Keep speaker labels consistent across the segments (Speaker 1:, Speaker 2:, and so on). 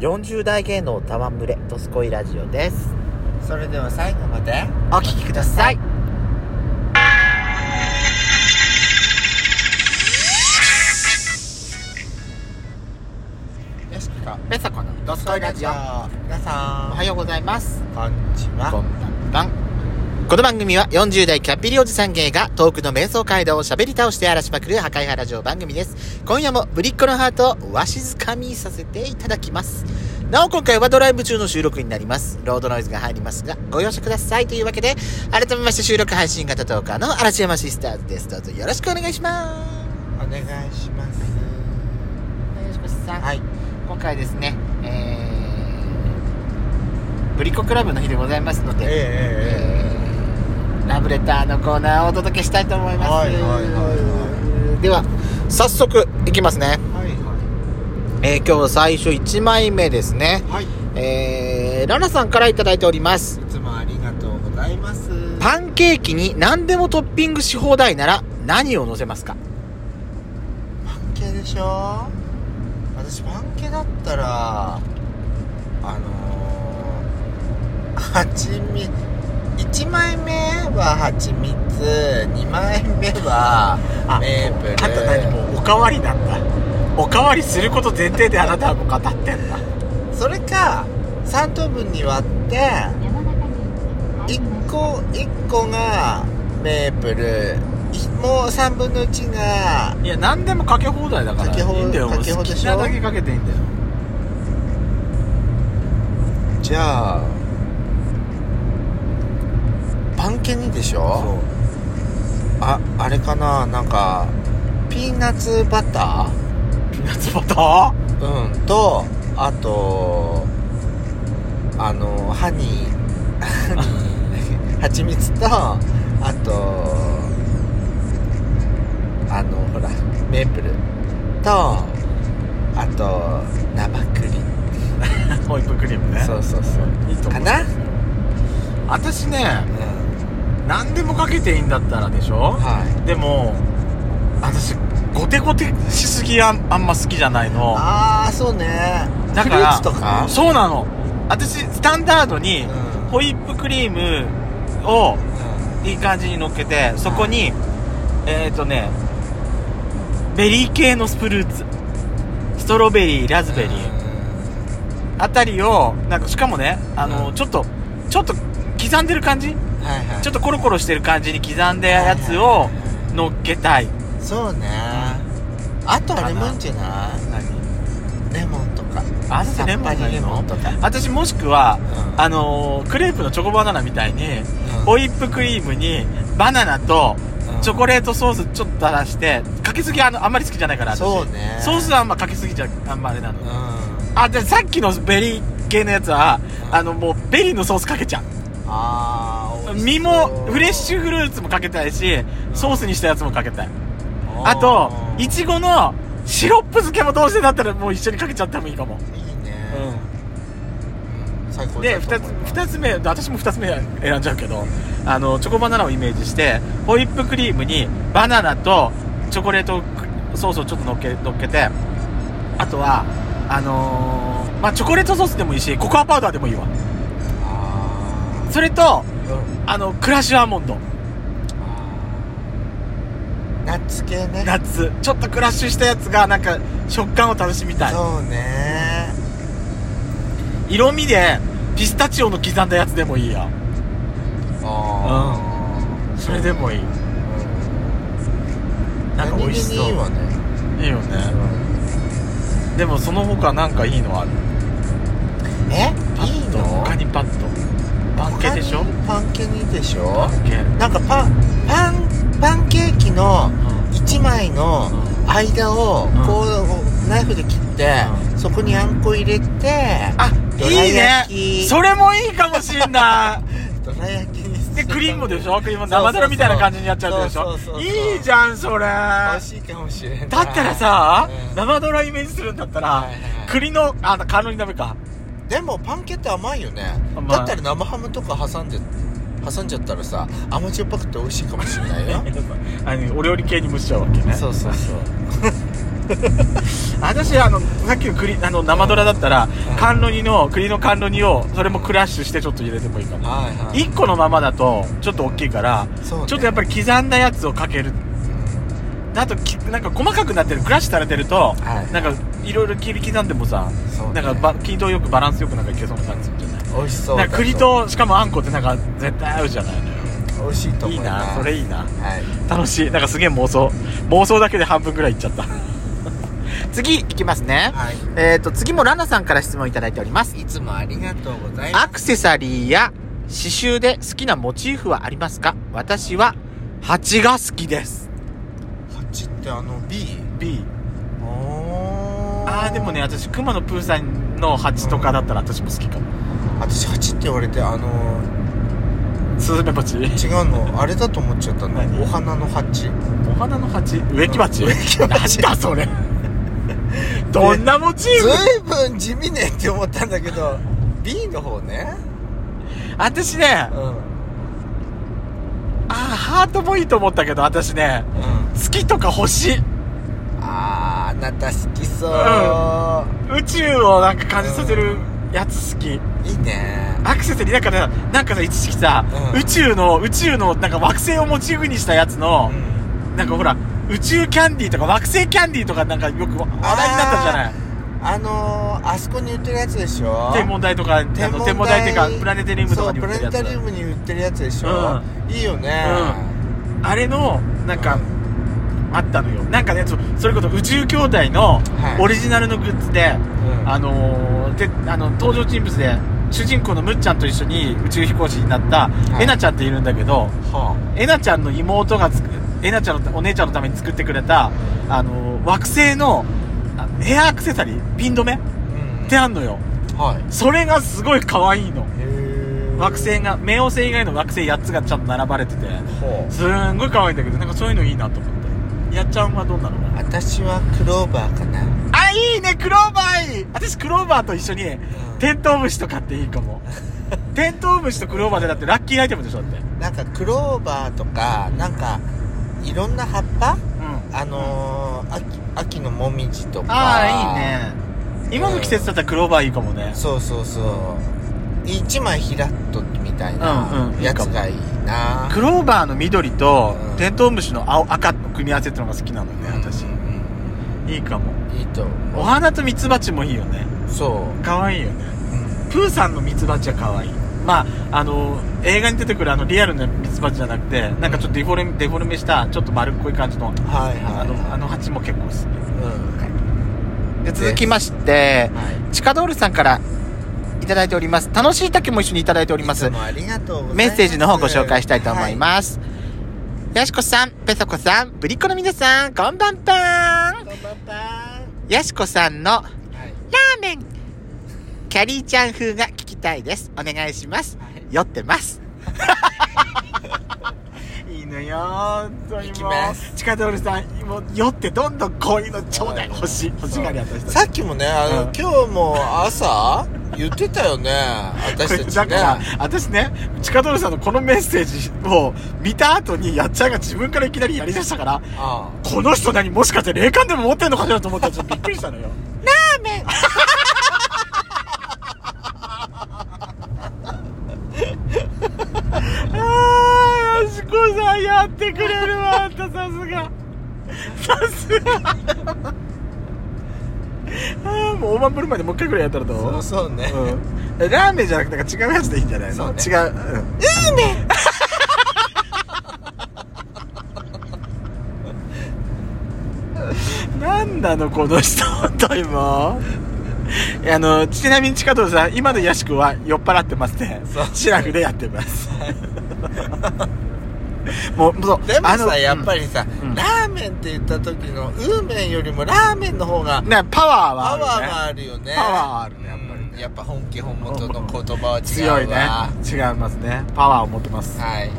Speaker 1: 40代芸能たわむれとすこいラジオです
Speaker 2: それでは最後まで
Speaker 1: お聞きください
Speaker 2: よしきか
Speaker 1: ペサコの
Speaker 2: ど
Speaker 1: と
Speaker 2: す
Speaker 1: す
Speaker 2: こ
Speaker 1: こ
Speaker 2: い
Speaker 1: い
Speaker 2: ラ
Speaker 1: ラ
Speaker 2: ジ
Speaker 1: ジ
Speaker 2: オ
Speaker 1: オ
Speaker 2: 皆
Speaker 1: お
Speaker 2: さん
Speaker 1: はようございます
Speaker 2: こんにち
Speaker 1: こ
Speaker 2: は
Speaker 1: んばんばんこの番組は40代キャッピリおじさん芸が遠くの瞑想街道を喋り倒して荒らしまくる破壊原城番組です今夜もぶりっ子のハートをわしづかみさせていただきますなお今回はドライブ中の収録になりますロードノイズが入りますがご容赦くださいというわけで改めまして収録配信型トーカーの嵐山シスターズですどうぞよろしくお願いしま
Speaker 2: お願いします
Speaker 1: すよろしくさん
Speaker 2: はい
Speaker 1: 今回ですねえー、ぶりっ子クラブの日でございますので、
Speaker 2: え
Speaker 1: ラブレターのコーナーをお届けしたいと思います、
Speaker 2: はいはいはいは
Speaker 1: では早速いきますね
Speaker 2: え、はい
Speaker 1: えー今日最初1枚目ですね
Speaker 2: はいはい
Speaker 1: えー、ラナさんから頂いいております
Speaker 2: いつもありがとうございます
Speaker 1: パンケーキに何でもトッピングし放題なら何を乗せますか
Speaker 2: パン系でしょ私パン系だったらあのー、はちみ1枚目ははちみつ2枚目は
Speaker 3: あ
Speaker 2: メープル
Speaker 3: あんた何もうおかわりなんだおかわりすること前提であなたはもう語ってんだ
Speaker 2: それか3等分に割って1個1個がメープルいもう3分の1が
Speaker 3: いや何でもかけ放題だから
Speaker 2: かけ放
Speaker 3: いいんだよ
Speaker 2: かけ放
Speaker 3: 好
Speaker 2: でしょ
Speaker 3: きなだけかけていいんだよ
Speaker 2: じゃあパンケにでしょああれかななんかピーナッツバタ
Speaker 3: ピーナッツバター
Speaker 2: ーうんとあとあのハニー蜂蜜とあとあのほらメープルとあと生クリーム
Speaker 3: ホイップクリームね
Speaker 2: そうそうそう
Speaker 3: いいと思
Speaker 2: か
Speaker 3: う
Speaker 2: な、
Speaker 3: 私ね
Speaker 2: うん、
Speaker 3: 何でもかけていいんだったらでしょ
Speaker 2: はい
Speaker 3: でも私ゴテゴテしすぎあんあんま好きじゃないの
Speaker 2: ああそうね
Speaker 3: だから
Speaker 2: フルーツとか
Speaker 3: そうなの私スタンダードに
Speaker 2: うん
Speaker 3: ホイップクリームをいい感じに乗っけてそこにえっ、ー、とねベリー系のスプルーツストロベリーラズベリーあたりをなんかしかもねあの、
Speaker 2: うん
Speaker 3: ちょっとちょっと刻んでる感じ
Speaker 2: はいはい
Speaker 3: ちょ
Speaker 2: と
Speaker 3: っとコロコロしてる感じに刻んでやつを乗っけたい
Speaker 2: そうねあとあれもいいんじゃな
Speaker 3: 何
Speaker 2: いレモンとか
Speaker 3: あんたレモン
Speaker 2: さっぱ
Speaker 3: が
Speaker 2: り
Speaker 3: い
Speaker 2: レ
Speaker 3: い
Speaker 2: モ
Speaker 3: の
Speaker 2: ンとか
Speaker 3: 私もしくは
Speaker 2: うん
Speaker 3: あのークレープのチョコバナナみたいに
Speaker 2: うん
Speaker 3: ホイップクリームにバナナと
Speaker 2: うん
Speaker 3: チョコレートソースちょっと垂らしてかけすぎあのあんまり好きじゃないから私
Speaker 2: そうね
Speaker 3: ソースはあんまかけすぎちゃあんまあれなの
Speaker 2: うん
Speaker 3: あでさっきのベリー系のやつは
Speaker 2: うん
Speaker 3: あのもうベリーのソースかけちゃ
Speaker 2: あー美
Speaker 3: う
Speaker 2: 味し
Speaker 3: 身
Speaker 2: そう
Speaker 3: もフレッシュフルーツもかけたいし
Speaker 2: ん
Speaker 3: ソースにしたやつもかけたい
Speaker 2: おー
Speaker 3: あといちごのシロップ漬けもどうせだったらもう一緒にかけちゃってもいいかも
Speaker 2: いいねうん最高
Speaker 3: で
Speaker 2: だと思
Speaker 3: 2つ
Speaker 2: います
Speaker 3: 二つ目私も2つ目選んじゃうけどあのチョコバナナをイメージしてホイップクリームにバナナとチョコレートソースをちょっとのっけのっけてあとはあのーまあ、チョコレートソースでもいいしココアパウダーでもいいわ
Speaker 2: あ
Speaker 3: それと
Speaker 2: ーうん
Speaker 3: あのクラッシュアーモンド
Speaker 2: ナッツ系ね
Speaker 3: ナッツちょっとクラッシュしたやつがなんか食感を楽しみたい
Speaker 2: そうね
Speaker 3: 色味でピスタチオの刻んだやつでもいいや
Speaker 2: あー
Speaker 3: それでもいいなんか美味しそう
Speaker 2: 何気にいいわね
Speaker 3: いいよねでもその他なんかいいのある
Speaker 2: え
Speaker 3: パ
Speaker 2: いい
Speaker 3: ッと
Speaker 2: の
Speaker 3: 他にパッとパン系でしょ
Speaker 2: パンケにでし
Speaker 3: パ
Speaker 2: ょ
Speaker 3: ン系
Speaker 2: なんかパンパンパンケーキの1枚の間を
Speaker 3: うん
Speaker 2: こうナイフで切って
Speaker 3: う
Speaker 2: そこにあんこ入れて
Speaker 3: あ
Speaker 2: どら
Speaker 3: いい
Speaker 2: 焼き
Speaker 3: ねそれもいいかもしんな
Speaker 2: どら焼きに
Speaker 3: い
Speaker 2: す
Speaker 3: で
Speaker 2: る
Speaker 3: クリームでしょクリー
Speaker 2: そうそう
Speaker 3: ム
Speaker 2: そう
Speaker 3: 生だろみたいな感じにやっちゃうでし
Speaker 2: そ
Speaker 3: ょ
Speaker 2: うそうそう
Speaker 3: いいじゃんそ
Speaker 2: 美
Speaker 3: れだ
Speaker 2: 味しいかもしれない
Speaker 3: ったらさ
Speaker 2: うん
Speaker 3: 生ドライメージするんだったら
Speaker 2: はいはい
Speaker 3: 栗のあのカーノリ 鍋か
Speaker 2: でもパンケって甘いよね
Speaker 3: 甘い
Speaker 2: だったら生ハムとか挟んで挟んじゃったらさ甘じょっ ぱくて美味しいかもしれないよ
Speaker 3: あのお料理系に蒸しちゃうわけね
Speaker 2: そうそうそう
Speaker 3: 私あのさっきの栗あの生ドラだったら
Speaker 2: うん
Speaker 3: 甘露煮の栗の甘露煮をそれもクラッシュしてちょっと入れてもいいかな
Speaker 2: はいはい
Speaker 3: 1個のままだとちょっと大きいから、
Speaker 2: そうね
Speaker 3: ちょっとやっぱり刻んだやつをかけるあときなんか細かくなってるクラッシュされてると、
Speaker 2: はい
Speaker 3: なんかいろいろ切り刻んでもさ、
Speaker 2: そうね
Speaker 3: なんかば均等よくバランスよくなんかいけそうな感じするじゃない
Speaker 2: 美味しそう
Speaker 3: な
Speaker 2: だ
Speaker 3: んか栗としかもあんこってなんか絶対合うじゃないのよ
Speaker 2: 美味しいと思
Speaker 3: いいうなそれいいな
Speaker 2: はい
Speaker 3: 楽しいなんかすげえ妄想妄想だけで半分ぐらいいっちゃった
Speaker 1: 次いきますね。
Speaker 2: はい
Speaker 1: えっ、と、次もラナさんから質問いただいております。
Speaker 2: いつもありがとうございます
Speaker 1: アクセサリーや刺繍で好きなモチーフはありますか私は、蜂が好きです。
Speaker 2: 蜂ってあの B
Speaker 3: B
Speaker 2: お
Speaker 3: あーでもね私熊野プーさんの蜂とかだったら私も好きかも
Speaker 2: 私蜂って言われてあの
Speaker 3: スズメバチ
Speaker 2: 違うのあれだと思っちゃった
Speaker 3: 何
Speaker 2: のお花の 蜂
Speaker 3: お花の蜂植木鉢
Speaker 2: うん植木鉢
Speaker 3: なんだそれどんなモチー
Speaker 2: ず
Speaker 3: フ
Speaker 2: いぶん地味ねって思ったんだけ ど B の方ね
Speaker 3: 私ね
Speaker 2: うんうん
Speaker 3: あーハートもいいと思ったけど私ね月とか星
Speaker 2: あーあなた好きそう、
Speaker 3: 宇宙をなんか感じさせるやつ好き
Speaker 2: いいね
Speaker 3: アクセサリーなんかねなんかさ一時期さ、
Speaker 2: うん
Speaker 3: 宇宙の宇宙のなんか惑星をモチーフにしたやつの、なんかほら宇宙キャンディーとか惑星キャンディーとかなんかよく話題になったじゃない
Speaker 2: あのー、あそこに売ってるやつでしょ
Speaker 3: 天文台とかあの天文台っていうかプラネタリウムとかに売ってる
Speaker 2: そう
Speaker 3: や
Speaker 2: プラネタリウ
Speaker 3: つ
Speaker 2: ムに売ってるやつでしょ、いいよね、
Speaker 3: あれのなんか、あったのよなんかねそそれこそ宇宙兄弟の
Speaker 2: はい
Speaker 3: オリジナルのグッズで、
Speaker 2: うん
Speaker 3: あのー、であの登場人物で主人公のむっちゃんと一緒に宇宙飛行士になった
Speaker 2: い
Speaker 3: えなちゃんっているんだけど、
Speaker 2: は
Speaker 3: えなちゃんの妹がつくえなちゃんのお姉ちゃんのために作ってくれたあの惑星のあヘアアクセサリーピン止め
Speaker 2: あ、うん
Speaker 3: ってあんのよ
Speaker 2: はい
Speaker 3: それがすごい可愛いの
Speaker 2: へー
Speaker 3: 惑星が冥王星以外の惑星8つがちゃんと並ばれてて
Speaker 2: ほう
Speaker 3: すんごい可愛いんだけどなんかそういうのいいなと思ってやっちゃんはどうなのかな
Speaker 2: 私はクローバーかな
Speaker 3: あいいねクローバーいい私クローバーと一緒にテントウムシとかっていいかもテントウムシとクローバーでだってラッキーアイテムでしょだって
Speaker 2: なんかクローバーとかなんかいろんな葉っぱ
Speaker 3: うん
Speaker 2: あのー、秋秋のもみじとか
Speaker 3: ああいいね今の季節だったらクローバーいいかもね
Speaker 2: そうそうそう一枚ひらっとみたい
Speaker 3: うん
Speaker 2: な
Speaker 3: うん
Speaker 2: やつがいいな、
Speaker 3: クローバーの緑と
Speaker 2: うん
Speaker 3: テントウムシの青赤の組み合わせってのが好きなのよね私
Speaker 2: うん
Speaker 3: いいかも
Speaker 2: うんうんいいと思う
Speaker 3: お花とミツバチもいいよね
Speaker 2: そ
Speaker 3: 可愛いよね
Speaker 2: う、うん
Speaker 3: プーさんのミツバチは可愛いまああの映画に出てくるあのリアルなミツバチじゃなくてなんかちょっとデフォルメデフォルメしたちょっと丸っこい感じの
Speaker 2: はいはい
Speaker 3: あのあの蜂も結構好き
Speaker 2: うん
Speaker 1: で続きまして、
Speaker 2: はい
Speaker 1: チカドールさんからいただいております。楽しい竹も一緒にいただいておりま
Speaker 2: い
Speaker 1: す
Speaker 2: つ。もありがとうございます
Speaker 1: メッセージの方ご紹介したいと思います。ヤシコさん、ペソコさん、ブリッコの皆さん、こんばんぱ
Speaker 2: す
Speaker 1: ん。
Speaker 2: こんばんは
Speaker 1: ヤシコさんのラ
Speaker 2: はい
Speaker 1: ーメン、キャリーちゃん風が聞きたいです。お願いします。酔ってます。
Speaker 3: いいのよ本当にも
Speaker 2: いうきます
Speaker 3: チカドールさんもう酔ってどんどんこういうのちょうだい
Speaker 2: はい
Speaker 3: 欲しい欲しがり私たち
Speaker 2: さっきもねあの、
Speaker 3: うん
Speaker 2: 今日も朝言ってたよね私たち ね
Speaker 3: だから私ね近藤さんのこのメッセージを見た後にやっちゃんが自分からいきなりやりだしたから
Speaker 2: あ
Speaker 3: この人何もしかして霊感でも持ってんのかしらと思ったらちょっとびっくりしたのよラーメンああよしこさんやってくれるわあんたさすがさすがああもう大盤振る舞いでもう一回ぐらいやったらどう
Speaker 2: そうそうね、
Speaker 3: うん、ラーメンじゃなくてなんか違うやつでいいんじゃないの、
Speaker 2: そうね
Speaker 3: 違う、うん、なんなのこの人本当にもういやあのちなみに近藤さん今のヤシ君は酔っ払ってますね
Speaker 2: そう
Speaker 3: シラフでやっ てますもうそう
Speaker 2: でも
Speaker 3: あの
Speaker 2: さやっぱりさ、
Speaker 3: うん
Speaker 2: ラーメンって言った時の「うーめん」よりもラーメンの方が
Speaker 3: うんねパワーは
Speaker 2: パ
Speaker 3: あ
Speaker 2: ワ
Speaker 3: るよ
Speaker 2: ーがあるよね
Speaker 3: ねパワーはあるねやっぱりね
Speaker 2: うんやっぱ本気本元の言葉は違うわ
Speaker 3: 強いね違いますねパワーを持ってます
Speaker 2: はい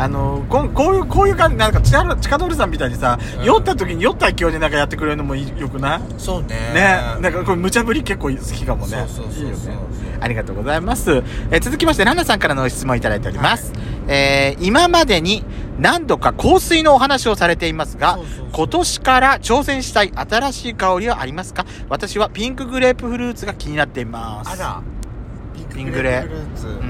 Speaker 3: あのこんこういうこういう感じなんかチカチカドルさんみたいにさ、
Speaker 2: うん
Speaker 3: 酔った時に酔った勢いでなんかやってくれるのもいいよくないね
Speaker 2: そうね
Speaker 3: なんかこれ無茶ぶり結構好きかもね
Speaker 2: そうそうそうそう
Speaker 3: いいよねありがとうございますえー続きましてランナさんからの質問いただいております、
Speaker 1: えー今までに何度か香水のお話をされていますが
Speaker 2: そうそうそう
Speaker 1: 今年から挑戦したい新しい香りはありますか私はピンクグレープフルーツが気になっています
Speaker 2: あらピ
Speaker 1: ピ
Speaker 2: ン
Speaker 1: ン
Speaker 2: ク
Speaker 1: ク
Speaker 2: レ
Speaker 1: レ
Speaker 2: ープフルーツ、
Speaker 1: うん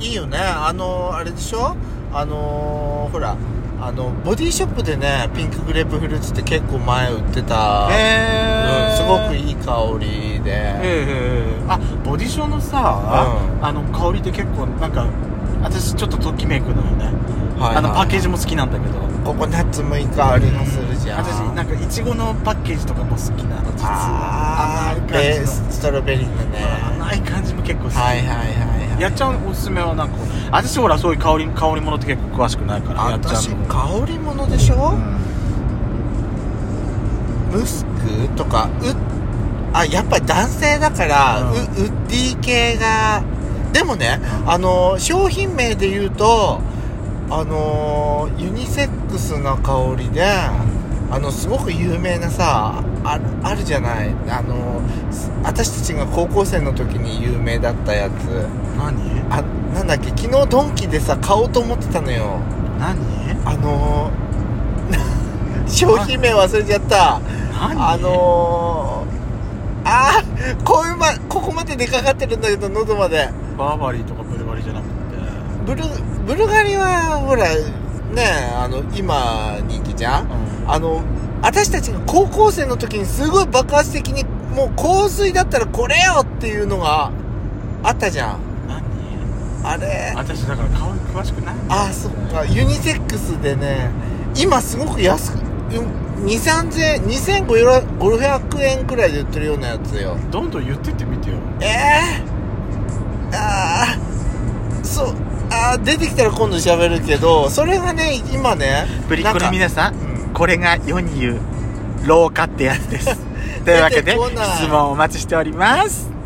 Speaker 2: いいよねあのあれでしょあのほらあのボディショップでねピンクグレープフルーツって結構前売ってた、う
Speaker 3: えー、
Speaker 2: ん、すごくいい香りで、
Speaker 3: ええあボディションのさ、
Speaker 2: う
Speaker 3: あの香りって結構なんか私ちょっとときめくのよね、
Speaker 2: はい
Speaker 3: あのパッケー
Speaker 2: ジ
Speaker 3: ジも好きなんだけど
Speaker 2: ココナッツもいい香りがするじゃん
Speaker 3: 私なんかいちごのパッケージとかも好きなの実は
Speaker 2: あー
Speaker 3: 甘い
Speaker 2: で
Speaker 3: 感じの
Speaker 2: ストロベリーのね
Speaker 3: 甘い感じも結構好き、
Speaker 2: はいはいはいはい
Speaker 3: やっちゃんおすすめはなんか私ほらそういう香り香りものって結構詳しくないからやっちゃん
Speaker 2: 私
Speaker 3: の
Speaker 2: 香りものでしょ、
Speaker 3: うん
Speaker 2: ムスクとかウあやっぱり男性だから、
Speaker 3: うん
Speaker 2: ウウッディ系がでもね、あの商品名で言うとあのユニセックスな香りであのすごく有名なさああるじゃないあのす私たちが高校生の時に有名だったやつ
Speaker 3: 何
Speaker 2: あなんだっけ昨日ドンキでさ買おうと思ってたのよ
Speaker 3: 何
Speaker 2: あの 商品名忘れちゃった
Speaker 3: 何
Speaker 2: あのー、あーこういうま、ここまで出かかってるんだけど、喉まで。
Speaker 3: バーバリーとかブルガリじゃなくて
Speaker 2: ブル、ブルガリは、ほら、ねあの、今、人気じゃんあの、私たちが高校生の時にすごい爆発的に、もう香水だったらこれよっていうのがあったじゃん。
Speaker 3: 何
Speaker 2: あれ
Speaker 3: 私だから香り詳しくない
Speaker 2: あー、そっか、ユニセックスでね、今すごく安く、2、3000円、2500円くらいで売ってるようなやつよ。
Speaker 3: どんどん言ってってみてよ
Speaker 2: ええー、ああそうあー出てきたら今度喋るけどそれがね今ね
Speaker 1: ブリッコの
Speaker 2: なんか
Speaker 1: 皆さん
Speaker 2: うん
Speaker 1: これが世 に言う老化ってやつですというわけで
Speaker 2: 出てこない
Speaker 1: 質問お待ちしております